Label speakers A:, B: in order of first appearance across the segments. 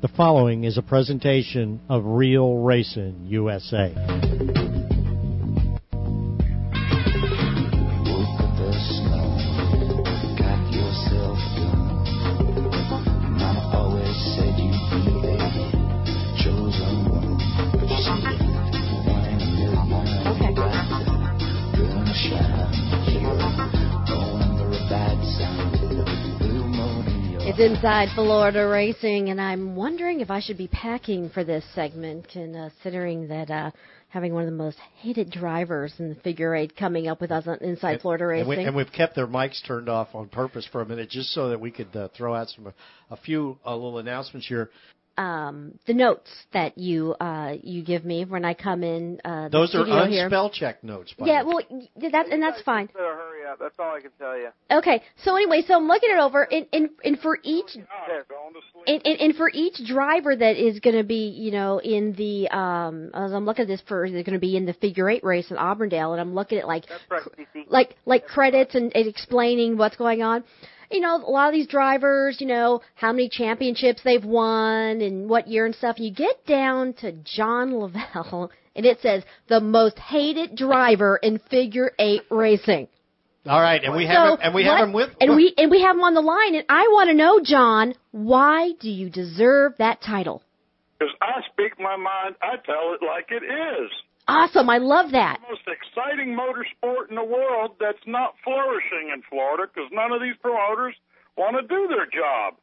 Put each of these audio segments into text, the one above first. A: The following is a presentation of Real Racing USA.
B: Look at the snow, got yourself young. Mama always said you'd be a chosen one. But you see, one in a million, you got the gonna shine. Don't under a bad sign, blue moon in your
C: It's Inside Florida Racing, and I'm wondering if I should be packing for this segment, considering that uh, having one of the most hated drivers in the figure eight coming up with us on Inside Florida
A: And,
C: Racing.
A: we, and we've kept their mics turned off on purpose for a minute, just so that we could uh, throw out some a few uh, little announcements here.
C: um, the notes that you uh, you give me when I come in. Uh, the
A: Those are
C: studio here.
A: unspell check notes. By
C: Yeah,
A: the way.
C: well, y- that's and that's fine.
D: Better hurry up. That's all I can tell you.
C: Okay, so anyway, so I'm looking it over, and and, and for each
D: There.
C: and, and, and for each driver that is going to be, you know, in the um, as I'm looking at this for, they're going to be in the figure eight race in Auburndale, and I'm looking at like,
D: Correct,
C: cr-
D: CC.
C: like, like credits and, and explaining what's going on. You know, a lot of these drivers, you know, how many championships they've won and what year and stuff. You get down to John Lavelle, and it says the most hated driver in figure eight racing
A: All right, and we have
C: so
A: him, and we
C: what-
A: have him with
C: and we and we have him on the line and I want to know John why do you deserve that title
E: Because I speak my mind, I tell it like it is.
C: awesome I love that
E: Most exciting motorsport in the world that's not flourishing in Florida because none of these promoters want to do their job.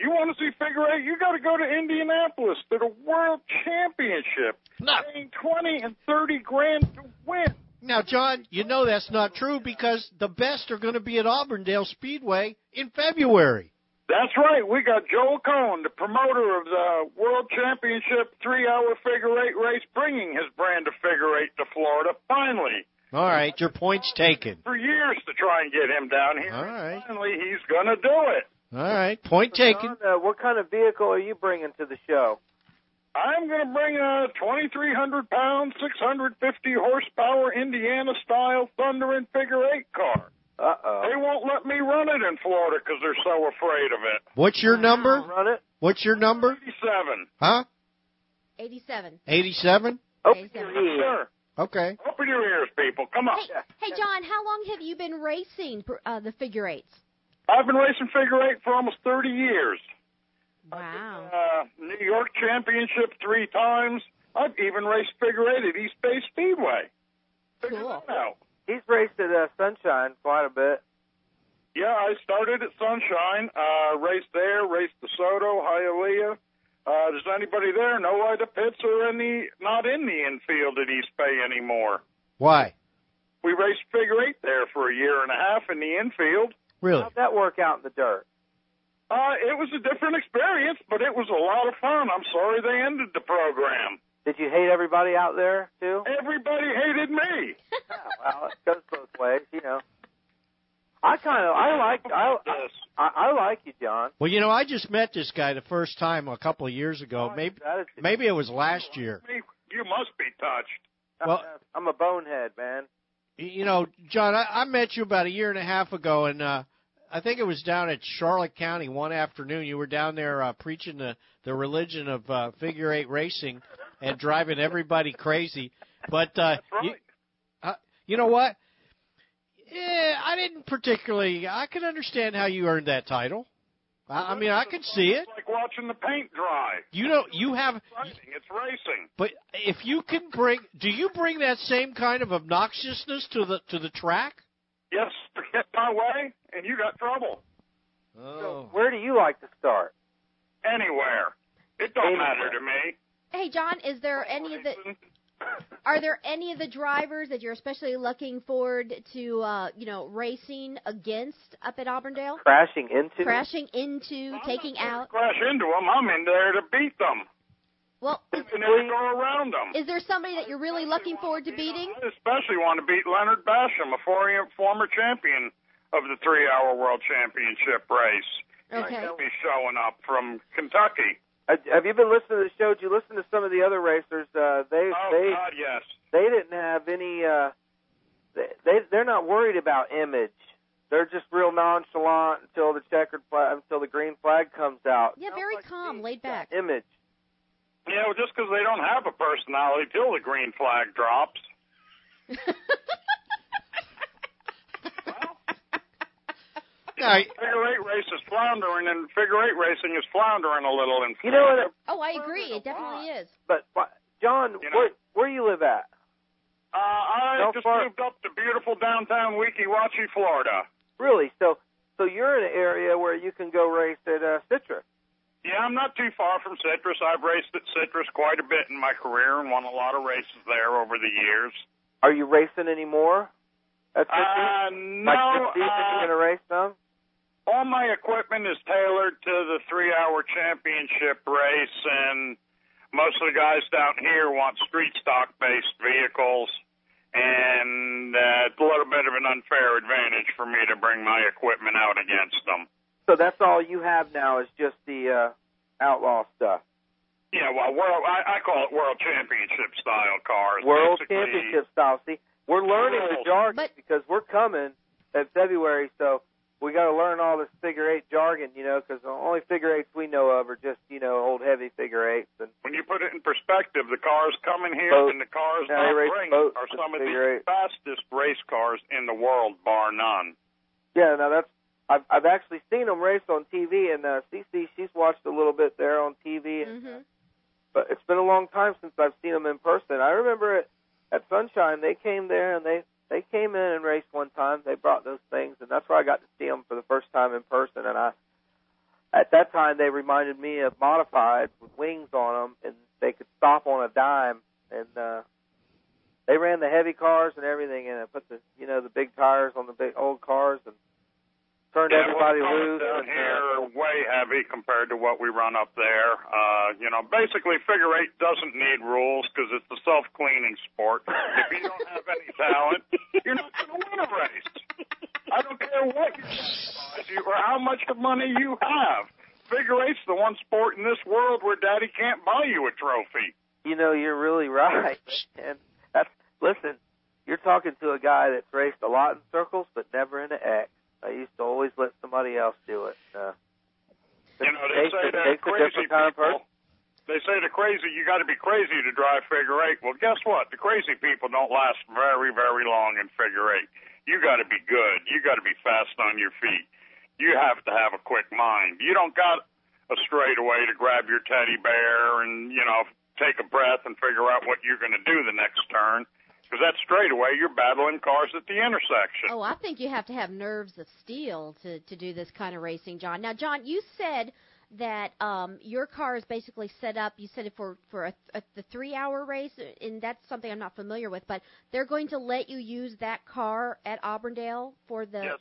E: You want to see figure eight? You got to go to Indianapolis to the World Championship,
A: No.
E: paying twenty and thirty grand to win.
A: now, John. You know that's not true because the best are going to be at Auburndale Speedway in February.
E: That's right. We got Joel Cohn, the promoter of the World Championship three-hour figure eight race, bringing his brand of figure eight to Florida finally.
A: All right, your point's taken.
E: for years to try and get him down here.
A: All right.
E: Finally, he's going to do it.
A: All right, point taken.
D: John, uh, what kind of vehicle are you bringing to the show?
E: I'm going to bring a 2,300 pound, 650 horsepower Indiana style Thunder and Figure Eight car.
D: Uh
E: They
D: oh.
E: won't let me run it in Florida because they're so afraid of it.
A: What's your number?
D: Run it.
A: What's your number?
E: 87.
A: Huh?
C: 87
A: Eighty-seven.
D: Open
C: Okay,
D: your
C: so-
D: ears.
E: Sure.
A: Okay.
E: Open your ears, people. Come on.
C: Hey, hey John how long have you been racing uh, the figure eights
E: I've been racing figure eight for almost 30 years.
C: Wow
E: Uh, New York Championship three times. I've even raced figure eight at East Bay Speedway. Figure
C: Cool.
E: that out.
D: He's raced at uh, Sunshine quite a bit.
E: Yeah, I started at Sunshine, uh, raced there, raced DeSoto, Hialeah. Uh, does anybody there know why the pits are in the not in the infield at East Bay anymore?
A: Why?
E: We raced figure eight there for a year and a half in the infield.
A: Really?
D: How'd that work out in the dirt?
E: Uh, it was a different experience, but it was a lot of fun. I'm sorry they ended the program.
D: Did you hate everybody out there too?
E: Everybody hated me.
D: yeah, well, it goes both ways, you know. I kind of I like I, I I like you, John.
A: Well, you know, I just met this guy the first time a couple of years ago. Oh,
D: I like
A: Maybe
D: your attitude.
A: maybe it was last year.
E: Me- You must be touched.
A: well-
D: I'm a bonehead, man.
A: Y- You know, John, I, I met you about a year and a half ago, and uh, I think it was down at Charlotte County one afternoon. You were down there uh, preaching the the religion of uh, figure eight racing and driving everybody crazy. But uh, you, uh, you know what? Yeah, I didn't particularly. I can understand how you earned that title. I, I mean, I could see it.
E: It's like watching the paint dry.
A: You know, you have
E: Exciting. It's racing.
A: But if you can bring, do you bring that same kind of obnoxiousness to the to the track?
E: Yes, get my way, and you got trouble.
A: Oh.
D: Where do you like to start?
E: Anywhere. It don't
D: Anywhere.
E: matter to me.
C: Hey John is there any of the are there any of the drivers that you're especially looking forward to uh, you know racing against up at Auburndale
D: Crashing into
C: crashing into taking out
E: Crash into them. I'm in there to beat them.
C: well is,
E: And then go around them.
C: is there somebody that you're really looking forward to beating
E: I especially want to beat Leonard Basham, a four- former champion of the three-hour world championship race.
C: Okay.
E: He'll be showing up from Kentucky.
D: Uh, Have you been listening to the show? Did you listen to some of the other racers? Uh, they
E: Oh,
D: they
E: God, yes.
D: they didn't have any. Uh, they- they they're not worried about image. They're just real nonchalant until the checkered flag, until the green flag comes out.
C: Yeah,
D: Sounds
C: very
D: like
C: calm,
D: me,
C: laid
D: that
C: back.
D: Image.
E: Yeah, well, just because they don't have a personality till the green flag drops.
A: Now,
E: Figure eight race is floundering, and figure eight racing is floundering a little. In
D: You know
E: Florida.
D: what?
C: oh, I agree. It definitely is.
D: But, but John,
E: You know-
D: where where you live at?
E: Uh, I
D: Don't
E: just
D: fart.
E: moved up to beautiful downtown Weekiwachi, Florida.
D: Really? So so you're in an area where you can go race at uh, Citrus.
E: Yeah, I'm not too far from Citrus. I've raced at Citrus quite a bit in my career and won a lot of races there over the years.
D: Are you racing anymore? At Citrus?
E: Uh,
D: like
E: no,
D: this season,
E: uh,
D: you're gonna race some?
E: all my equipment is tailored to the three hour championship race and most of the guys down here want street stock based vehicles and uh, it's a little bit of an unfair advantage for me to bring my equipment out against them
D: So that's all you have now is just the uh, outlaw stuff.
E: yeah well world i, I call it world championship style cars
D: World
E: Basically,
D: Championship style. See, we're learning the
E: World.
D: jargon
C: But-
D: because we're coming in February, so we got to learn all this figure eight jargon, you know, because the only figure eights we know of are just you know old heavy figure eights and
E: when you put it in perspective the cars coming here
D: Boat.
E: and the cars
D: Yeah, they
E: not
D: race
E: bringing
D: boats
E: are
D: to
E: some of the
D: figure eight.
E: fastest race cars in the world bar none
D: Yeah, now that's I've I've actually seen them race on TV, and uh, Cece she's watched a little bit there on TV, and,
C: Mhm.
D: but it's been a long time since I've seen them in person. I remember it at Sunshine they came there and they they came in and raced one time. They brought those things, and that's where I got to see them for the first time in person. And I at that time they reminded me of modified with wings on them, and they could stop on a dime and. uh they ran the heavy cars and everything, and it put the you know the big tires on the big old cars and turned
E: yeah,
D: everybody
E: well,
D: loose.
E: Down
D: and, uh,
E: here are way heavy compared to what we run up there. Uh, you know, basically figure eight doesn't need rules because it's a self-cleaning sport. if you don't have any talent, you're not going to win a race. I don't care what you sacrifice you or how much money you have. Figure eight's the one sport in this world where daddy can't buy you a trophy.
D: You know, you're really right. And that's listen, you're talking to a guy that's raced a lot in circles, but never in an X. I used to always let somebody else do it. Uh,
E: You know, they
D: Jake's a-
E: say to
D: Jake's a
E: crazy
D: different kind of person.
E: people. They say to crazy, you got to be crazy to drive figure eight. Well, guess what? The crazy people don't last very, very long in figure eight. You got to be good. You got to be fast on your feet. You have to have a quick mind. You don't got a straightaway to grab your teddy bear and you know take a breath and figure out what you're going to do the next turn. Because that straightaway, you're battling cars at the intersection.
C: Oh, I think you have to have nerves of steel to to do this kind of racing, John. Now, John, you said that um your car is basically set up. You said it for for a, a the three hour race, and that's something I'm not familiar with. But they're going to let you use that car at Auburndale for the.
E: Yes.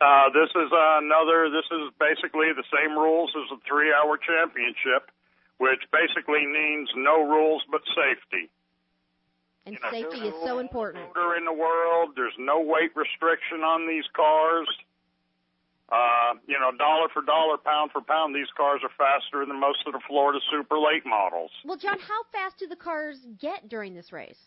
E: Uh, this is uh, another. This is basically the same rules as the three-hour championship, which basically means no rules but safety.
C: And
E: You know,
C: safety
E: there's
C: is so
E: no
C: important.
E: Order in the world. There's no weight restriction on these cars. Uh, you know, dollar for dollar, pound for pound, these cars are faster than most of the Florida super late models.
C: Well, John, how fast do the cars get during this race?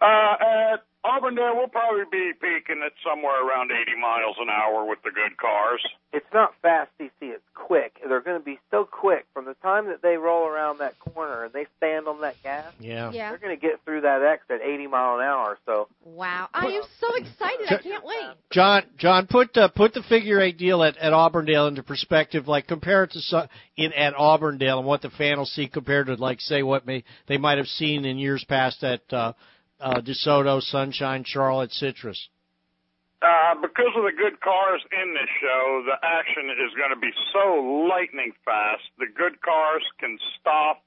E: Uh, at Auburndale, we'll probably be peaking at somewhere around 80 miles an hour with the good cars.
D: it's not fast, CC. It's quick. They're going to be so quick from the time that they roll around that corner and they stand on that gas.
A: yeah.
C: Yeah.
D: They're going to get through that X at 80 mile an hour. So
C: Wow. I am so excited. I can't wait.
A: John, John, put uh, put the figure eight deal at, at Auburndale into perspective. Like compare it to so, in at Auburndale and what the fan will see compared to like say what may, they might have seen in years past at uh, uh, DeSoto, Sunshine, Charlotte, Citrus.
E: Uh, because of the good cars in this show, the action is going to be so lightning fast. The good cars can stop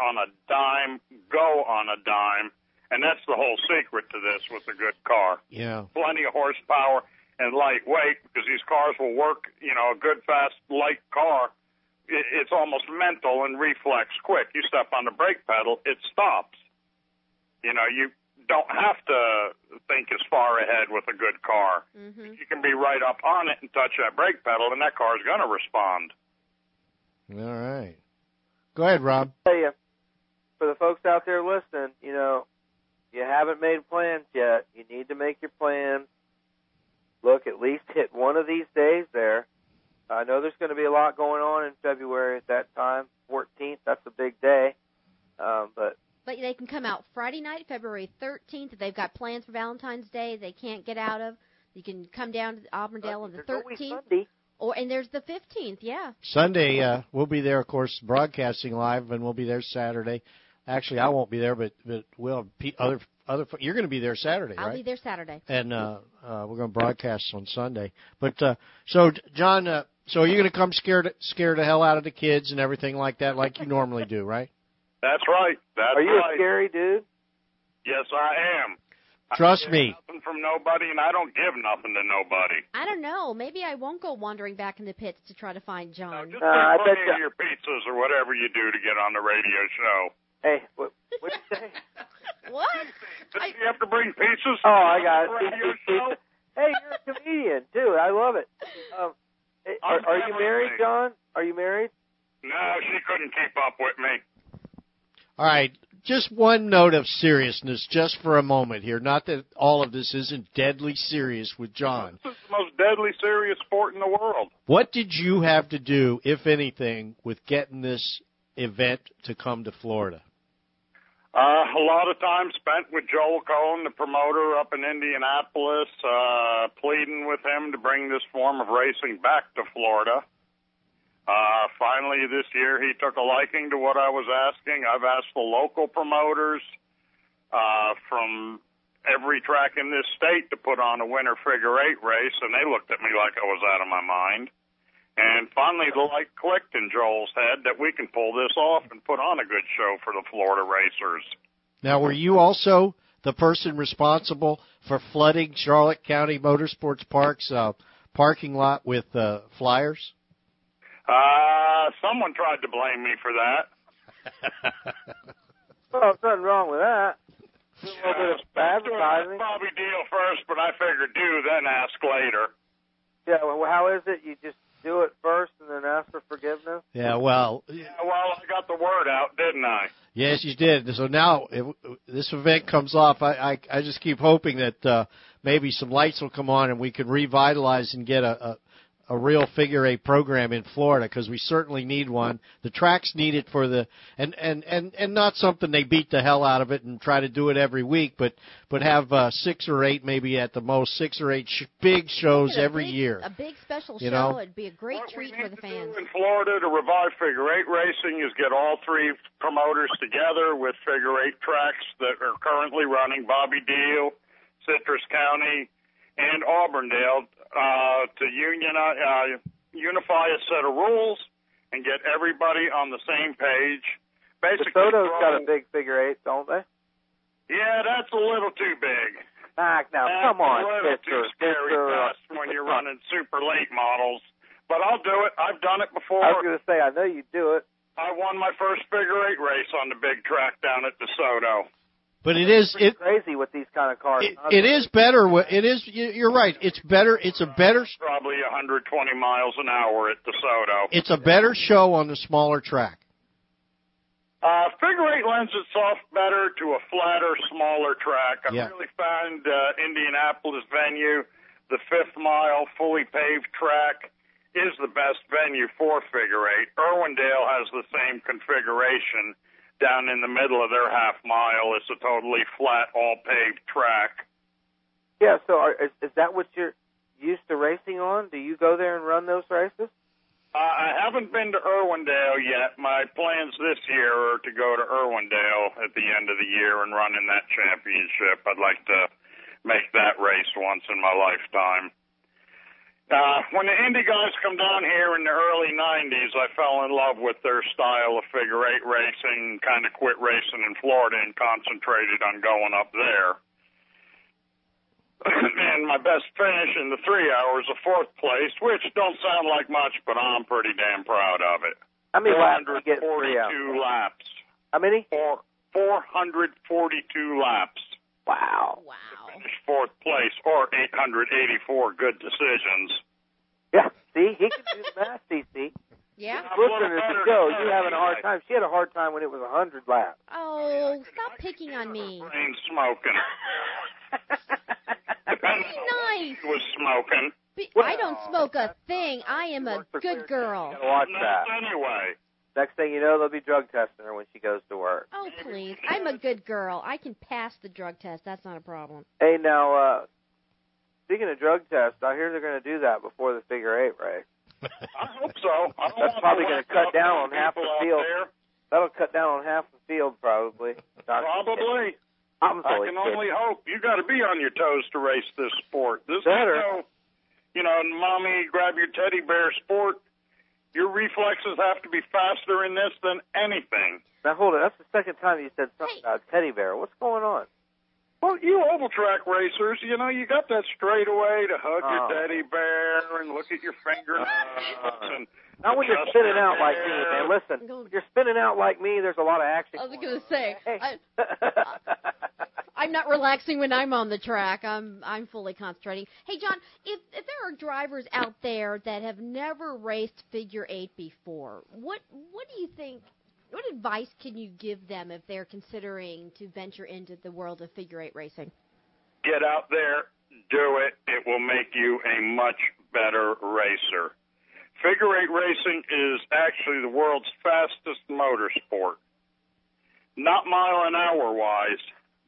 E: on a dime, go on a dime, and that's the whole secret to this with a good car.
A: Yeah,
E: Plenty of horsepower and lightweight because these cars will work, you know, a good, fast, light car. i- It's almost mental and reflex quick. You step on the brake pedal, it stops. You know, you don't have to think as far ahead with a good car
C: hmm
E: you can be right up on it and touch that brake pedal, and that car's going to respond.
A: all right. Go ahead, Rob.
D: tell you, for the folks out there listening, you know, you haven't made plans yet. You need to make your plans. look, at least hit one of these days there. I know there's going to be a lot going on in February at that time. 14th, that's a big day. Um, but
C: But they can come out Friday night, February 13th. If they've got plans for Valentine's Day they can't get out of, you can come down to Auburndale on the
D: there's uh, always
C: 13th.
D: Sunday.
C: Or and there's the 15th. Yeah.
A: Sunday, uh, we'll be there, of course, broadcasting live, and we'll be there Saturday. Actually, I won't be there, but but we'll have pe- other other. You're going to be there Saturday,
C: I'll
A: right?
C: be there Saturday.
A: And uh, uh, we're going to broadcast on Sunday. But uh, so, John, uh, so are you going to come scared scare the hell out of the kids and everything like that, like you normally do, right?
E: That's right. That's
D: Are you a
E: right.
D: scary dude?
E: Yes, I am.
A: Trust
E: I get
A: me.
E: Nothing from nobody, and I don't give nothing to nobody.
C: I don't know. Maybe I won't go wandering back in the pits to try to find
E: No,
C: John.
E: just
D: Uh, I
E: keep
D: bet
E: bringing
D: ya-
E: your pizzas or whatever you do to get on the radio show.
D: Hey, what what you say?
C: What?
E: Does
C: I-
E: you have to bring pizzas?
D: Oh, I got
E: on the radio
D: it.
E: show?
D: hey, you're a comedian too. I love it. Um, eh, are,
E: I'm
D: are you
E: family
D: married,
E: man.
D: John? Are you married?
E: No, she couldn't keep up with me.
A: All right, just one note of seriousness, just for a moment here. Not that all of this isn't deadly serious with John.
E: This is the most deadly serious sport in the world.
A: What did you have to do, if anything, with getting this event to come to Florida?
E: Uh, a lot of time spent with Joel Cohen, the promoter up in Indianapolis, uh, pleading with him to bring this form of racing back to Florida. Uh, finally, this year he took a liking to what I was asking. I've asked the local promoters uh, from every track in this state to put on a winter figure eight race, and they looked at me like I was out of my mind. And finally, the light clicked in Joel's head that we can pull this off and put on a good show for the Florida racers.
A: Now, were you also the person responsible for flooding Charlotte County Motorsports Park's uh, parking lot with uh, flyers?
E: Uh, someone tried to blame me for that.
D: Well, there's nothing wrong with that. A little bit of
E: I'd
D: advertising.
E: probably deal first, but I figured do then ask later.
D: Yeah. Well, how is it? You just do it first and then ask for forgiveness.
A: Yeah, well,
E: Yeah, well, I got the word out, didn't I?
A: yes, you did. So now if this event comes off. I, I, I just keep hoping that uh, maybe some lights will come on and we can revitalize and get a, a, a real figure eight program in Florida because we certainly need one. The tracks need it for the and and and and not something they beat the hell out of it and try to do it every week, but but have uh, six or eight maybe at the most six or eight sh- big shows
C: A
A: every
C: big-
A: year.
C: A big special
A: You
C: show.
A: know?
C: It'd be a great
E: what
C: treat
E: we need
C: for the
E: to
C: fans.
E: do in Florida to revive figure eight racing is get all three promoters together with figure eight tracks that are currently running Bobby Deal, Citrus County, and Auburndale uh, to union, uh, unify a set of rules and get everybody on the same page.
D: The
E: Basically,
D: Soto's
E: throw-
D: got a big figure eight, don't they?
E: Yeah, that's a little too big.
D: Ah, now
E: That's
D: come on,
E: a
D: uh,
E: little
D: sister.
E: too scary
D: sister.
E: fast when you're running super late models. But I'll do it. I've done it before.
D: I was gonna say, I know you do it.
E: I won my first figure eight race on the big track down at DeSoto.
A: But it is it
D: Crazy with these kind of cars.
A: it, it is better. wh- It is you- you're right. It's better. It's a better
E: Probably 120 miles an hour at DeSoto.
A: it's a better show on the smaller track.
E: Uh, figure eight lends itself better to a flatter, smaller track. I
A: Yeah.
E: really found uh, Indianapolis venue, the fifth mile, fully paved track, is the best venue for figure eight. Irwindale has the same configuration down in the middle of their half mile. It's a totally flat, all paved track.
D: Yeah. So are, is, is that what you're used to racing on? Do you go there and run those races?
E: Uh, I haven't been to Irwindale yet. My plans this year are to go to Irwindale at the end of the year and run in that championship. I'd like to make that race once in my lifetime. Uh, when the Indy guys come down here in the early 90s, I fell in love with their style of figure eight racing, kind of quit racing in Florida and concentrated on going up there and my best finish in the three hours of fourth place, which don't sound like much, but I'm pretty damn proud of it.
D: How many laps do you get in three hours?
E: 442 laps.
D: How many?
E: Four, 442 laps.
D: Wow.
C: Wow.
E: Finished fourth place, or 884 good decisions.
D: Yeah. See, he can do the math, CC.
C: Yeah.
E: I'm a little
D: Listeners to
E: better
D: go,
E: than
D: you having a hard
E: her.
D: time. She had a hard time when it was a hundred laps.
C: Oh, stop picking on me.
E: Brain smoking. He was smoking.
C: Be- I don't
D: uh,
C: smoke a thing. I am a good girl.
D: Gotta watch that.
E: Nuts anyway.
D: Next thing you know, they'll be drug testing her when she goes to work.
C: Oh, please. I'm a good girl. I can pass the drug test. That's not a problem.
D: Hey, now, uh, speaking of drug tests, I hear they're going to do that before the figure eight race.
E: I hope so. I don't
D: That's
E: want
D: probably
E: the whacked
D: gonna cut
E: out
D: down on half
E: people
D: the
E: out
D: field.
E: there.
D: That'll cut down on half the field, probably. No, I'm just kidding.
E: Probably.
D: I'm
E: I
D: totally
E: can
D: kidding.
E: only hope you got to be on your toes to race this sport. This
D: Better.
E: is no, you know, mommy grab your teddy bear sport. Your reflexes have to be faster in this than anything.
D: Now hold it. That's the second time you said something
C: Hey.
D: about teddy bear. What's going on?
E: Well, you oval track racers, you know, you got that straightaway to hug
D: Oh.
E: your teddy bear and look at your fingernails and
D: Not when you're
E: adjust
D: spinning
E: your
D: out like me,
E: hair.
D: man. Listen, when you're spinning out like me. There's a lot of action.
C: I was
D: going
C: gonna say
D: Hey.
C: I, I'm not relaxing when I'm on the track. I'm I'm fully concentrating. Hey John, if if there are drivers out there that have never raced figure eight before, what what do you think? What advice can you give them if they're considering to venture into the world of figure eight racing?
E: get out there, do it. It will make you a much better racer. Figure eight racing is actually the world's fastest motorsport. Not mile an hour wise,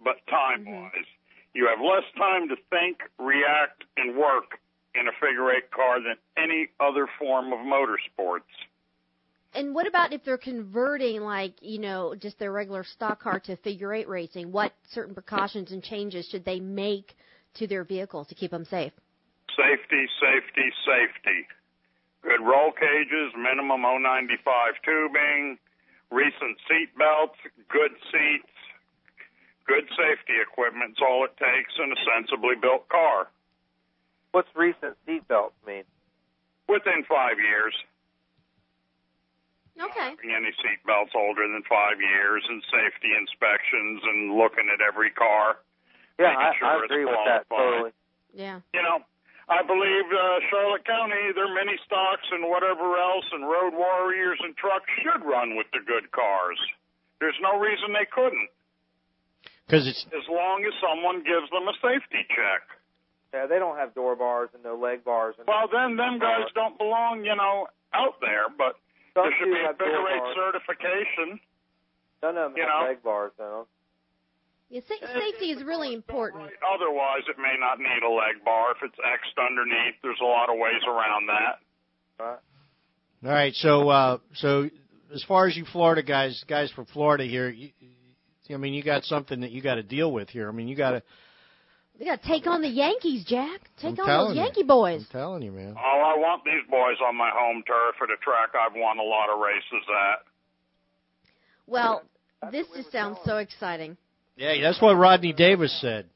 E: but time wise. You have less time to think, react, and work in a figure eight car than any other form of motorsports.
C: And what about if they're converting, like you know, just their regular stock car to figure eight racing? What certain precautions and changes should they make to their vehicle to keep them safe?
E: Safety, safety, safety. Good roll cages, minimum 095 tubing, recent seat belts, good seats, good safety equipment's all it takes in a sensibly built car
D: What's recent seatbelt mean?
E: within five years.
C: Okay.
E: having any seat belts older than five years and safety inspections and looking at every car.
D: Yeah,
E: Making
D: I,
E: sure
D: I
E: it's
D: agree with that
E: qualified.
D: totally.
C: Yeah.
E: you know, I believe uh, Charlotte County, their mini stocks and whatever else, and road warriors and trucks should run with the good cars. There's no reason they couldn't,
A: because it's
E: as long as someone gives them a safety check.
D: Yeah, they don't have door bars and no leg bars. And
E: Well, then them guys don't belong, you know, out there. But
D: some
E: there should
D: do
E: be a
D: have door
E: figure eight
D: bars.
E: certification.
D: None of them
E: you
D: have
E: know.
D: leg bars though.
C: Yeah, sa- safety is really important.
E: Otherwise, it may not need a leg bar if it's X'd underneath. There's a lot of ways around that.
D: Right?
A: all right. So uh, so as far as you Florida guys, guys from Florida here, you, I mean, you got something that you got to deal with here. I mean, you got to.
C: We got to take on the Yankees, Jack. Take
A: I'm
C: on
A: telling
C: those
A: you.
C: Yankee
A: I'm
C: boys.
A: telling you, man.
E: Oh, I want these boys on my home turf at a track I've won a lot of races at.
C: Well,
D: That's
C: this
D: what we
C: just
D: were
C: sounds so exciting.
A: Yeah, that's what Rodney Davis said.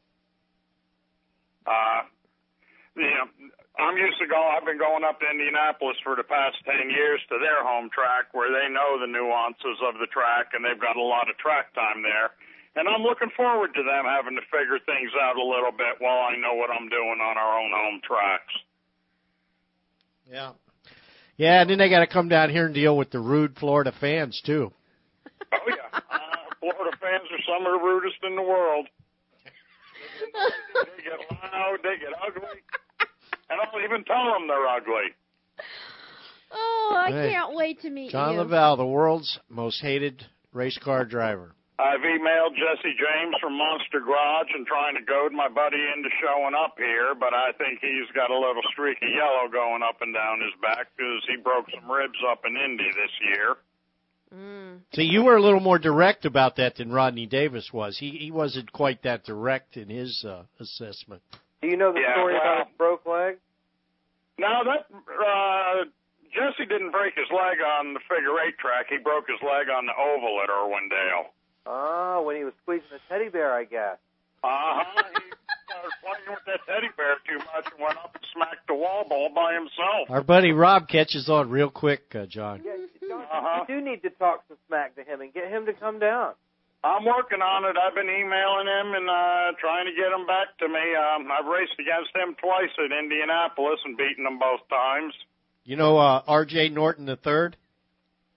E: Uh, you know, I'm used to going. I've been going up to Indianapolis for the past ten years to their home track, where they know the nuances of the track, and they've got a lot of track time there. And I'm looking forward to them having to figure things out a little bit while I know what I'm doing on our own home tracks.
A: Yeah. Yeah, and then they got to come down here and deal with the rude Florida fans too.
E: Oh yeah, uh, Florida fans are some of the rudest in the world. They get loud, they get ugly, and I'll even tell them they're ugly.
C: oh, I
A: Hey.
C: can't wait to meet
A: John
C: you.
A: Lavelle, the world's most hated race car driver.
E: I've emailed Jesse James from Monster Garage and trying to goad my buddy into showing up here, but I think he's got a little streak of yellow going up and down his back because he broke some ribs up in Indy this year.
C: Mm.
A: See, you were a little more direct about that than Rodney Davis was. He he wasn't quite that direct in his uh, assessment.
D: Do you know the
E: Yeah,
D: story
E: well-
D: about his broke leg?
E: Now that uh, Jesse didn't break his leg on the figure eight track, he broke his leg on the oval at Irwindale.
D: Oh, when he was squeezing the teddy bear, I guess.
E: Uh huh. He started playing with that teddy bear too much and went up and smacked the wall ball by himself.
A: Our buddy Rob catches on real quick, uh, John.
D: Yeah, John,
E: Uh-huh.
D: you do need to talk some smack to him and get him to come down.
E: I'm working on it. I've been emailing him and uh, trying to get him back to me. Um, I've raced against him twice at Indianapolis and beaten him both times.
A: You know uh, R.J. Norton the third.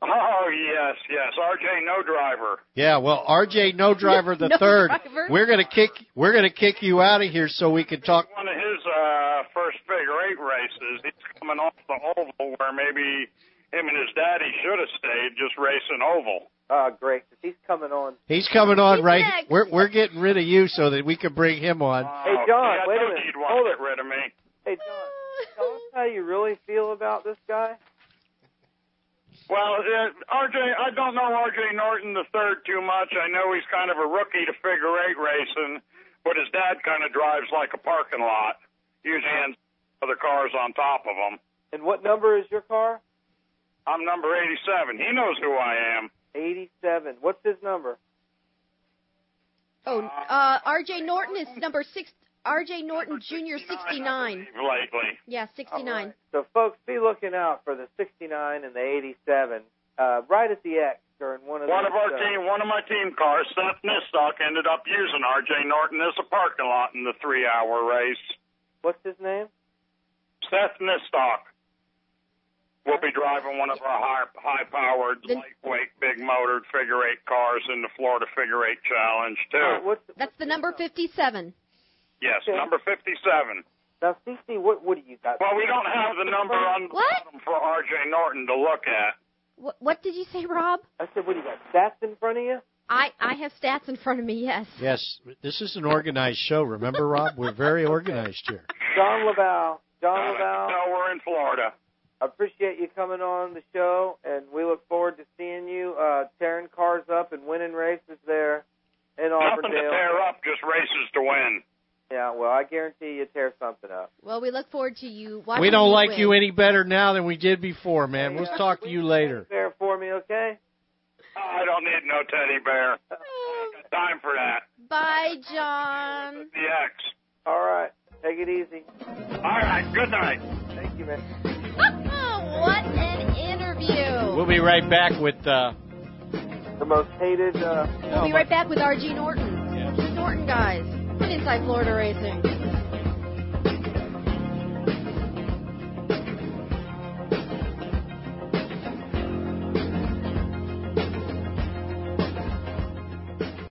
E: Oh yes, yes. RJ No Driver.
A: Yeah, well, RJ No Driver the
C: No
A: third.
C: Driver.
A: We're gonna kick we're gonna kick you out of here so we can talk.
E: One of his uh, first figure eight races. He's coming off the oval where maybe him and his daddy should have stayed, just racing oval.
D: Ah, great. 'cause He's coming on.
A: He's coming on
C: He's
A: right.
C: next.
A: We're we're getting rid of you so that we can bring him on.
E: Wow.
D: Hey, John,
E: See, I
D: wait a
E: told
D: minute.
E: you you'd want
D: Hold
E: to
D: it.
E: get rid of me.
D: Hey, John, tell us how you really feel about this guy.
E: Well, uh, RJ, I don't know RJ Norton the third too much. I know he's kind of a rookie to figure eight racing, but his dad kind of drives like a parking lot, usually ends other cars on top of him.
D: And what number is your car?
E: I'm number 87. He knows who I am.
D: 87. What's his number?
C: Oh, uh, R.J. Norton is number six. R.J. Norton Jr. 69.
E: Lately.
C: Yeah, 69.
D: So, folks, be looking out for the 69 and the 87, uh, right at the X during one of
E: One
D: those,
E: of our
D: uh,
E: team, one of my team cars, Seth Nistock, ended up using RJ Norton as a parking lot in the three-hour race.
D: What's his name?
E: Seth Nistock will be driving one of our high, high-powered,
C: The-
E: lightweight, big-motored figure-eight cars in the Florida Figure Eight Challenge
D: Uh,
E: too.
D: what's
C: That's the number 57.
E: Yes,
D: okay.
E: number fifty-seven.
D: now, CC? What what do you got?
E: Well, we don't have the number on the
C: What?
E: bottom for RJ Norton to look at.
C: What, what did you say, Rob?
D: I said, what do you got? Stats in front of you?
C: I, I have stats in front of me, yes.
A: Yes, this is an organized show. Remember, Rob, we're very organized here.
D: John Laval. John Laval.
E: No, we're in Florida.
D: I appreciate you coming on the show, and we look forward to seeing you uh, tearing cars up and winning races there in
E: Nothing to
D: Auburndale.
E: tear up, just races to win.
D: Yeah, well, I guarantee you tear something up.
C: Well, we look forward to you. Watching
A: We don't
C: you
A: like
C: win.
A: you any better now than we did before, man. We'll talk to you later.
D: There for me, okay?
E: I don't need no teddy bear.
C: Oh,
E: Time for that.
C: Bye, John.
E: The X.
D: All right. Take it easy.
E: All right. Good night.
D: Thank you, man.
C: what an interview.
A: We'll be right back with. Uh,
D: The most hated. Uh,
C: We'll be right back with RG Norton.
A: Yeah.
C: The Norton guys on Inside Florida Racing.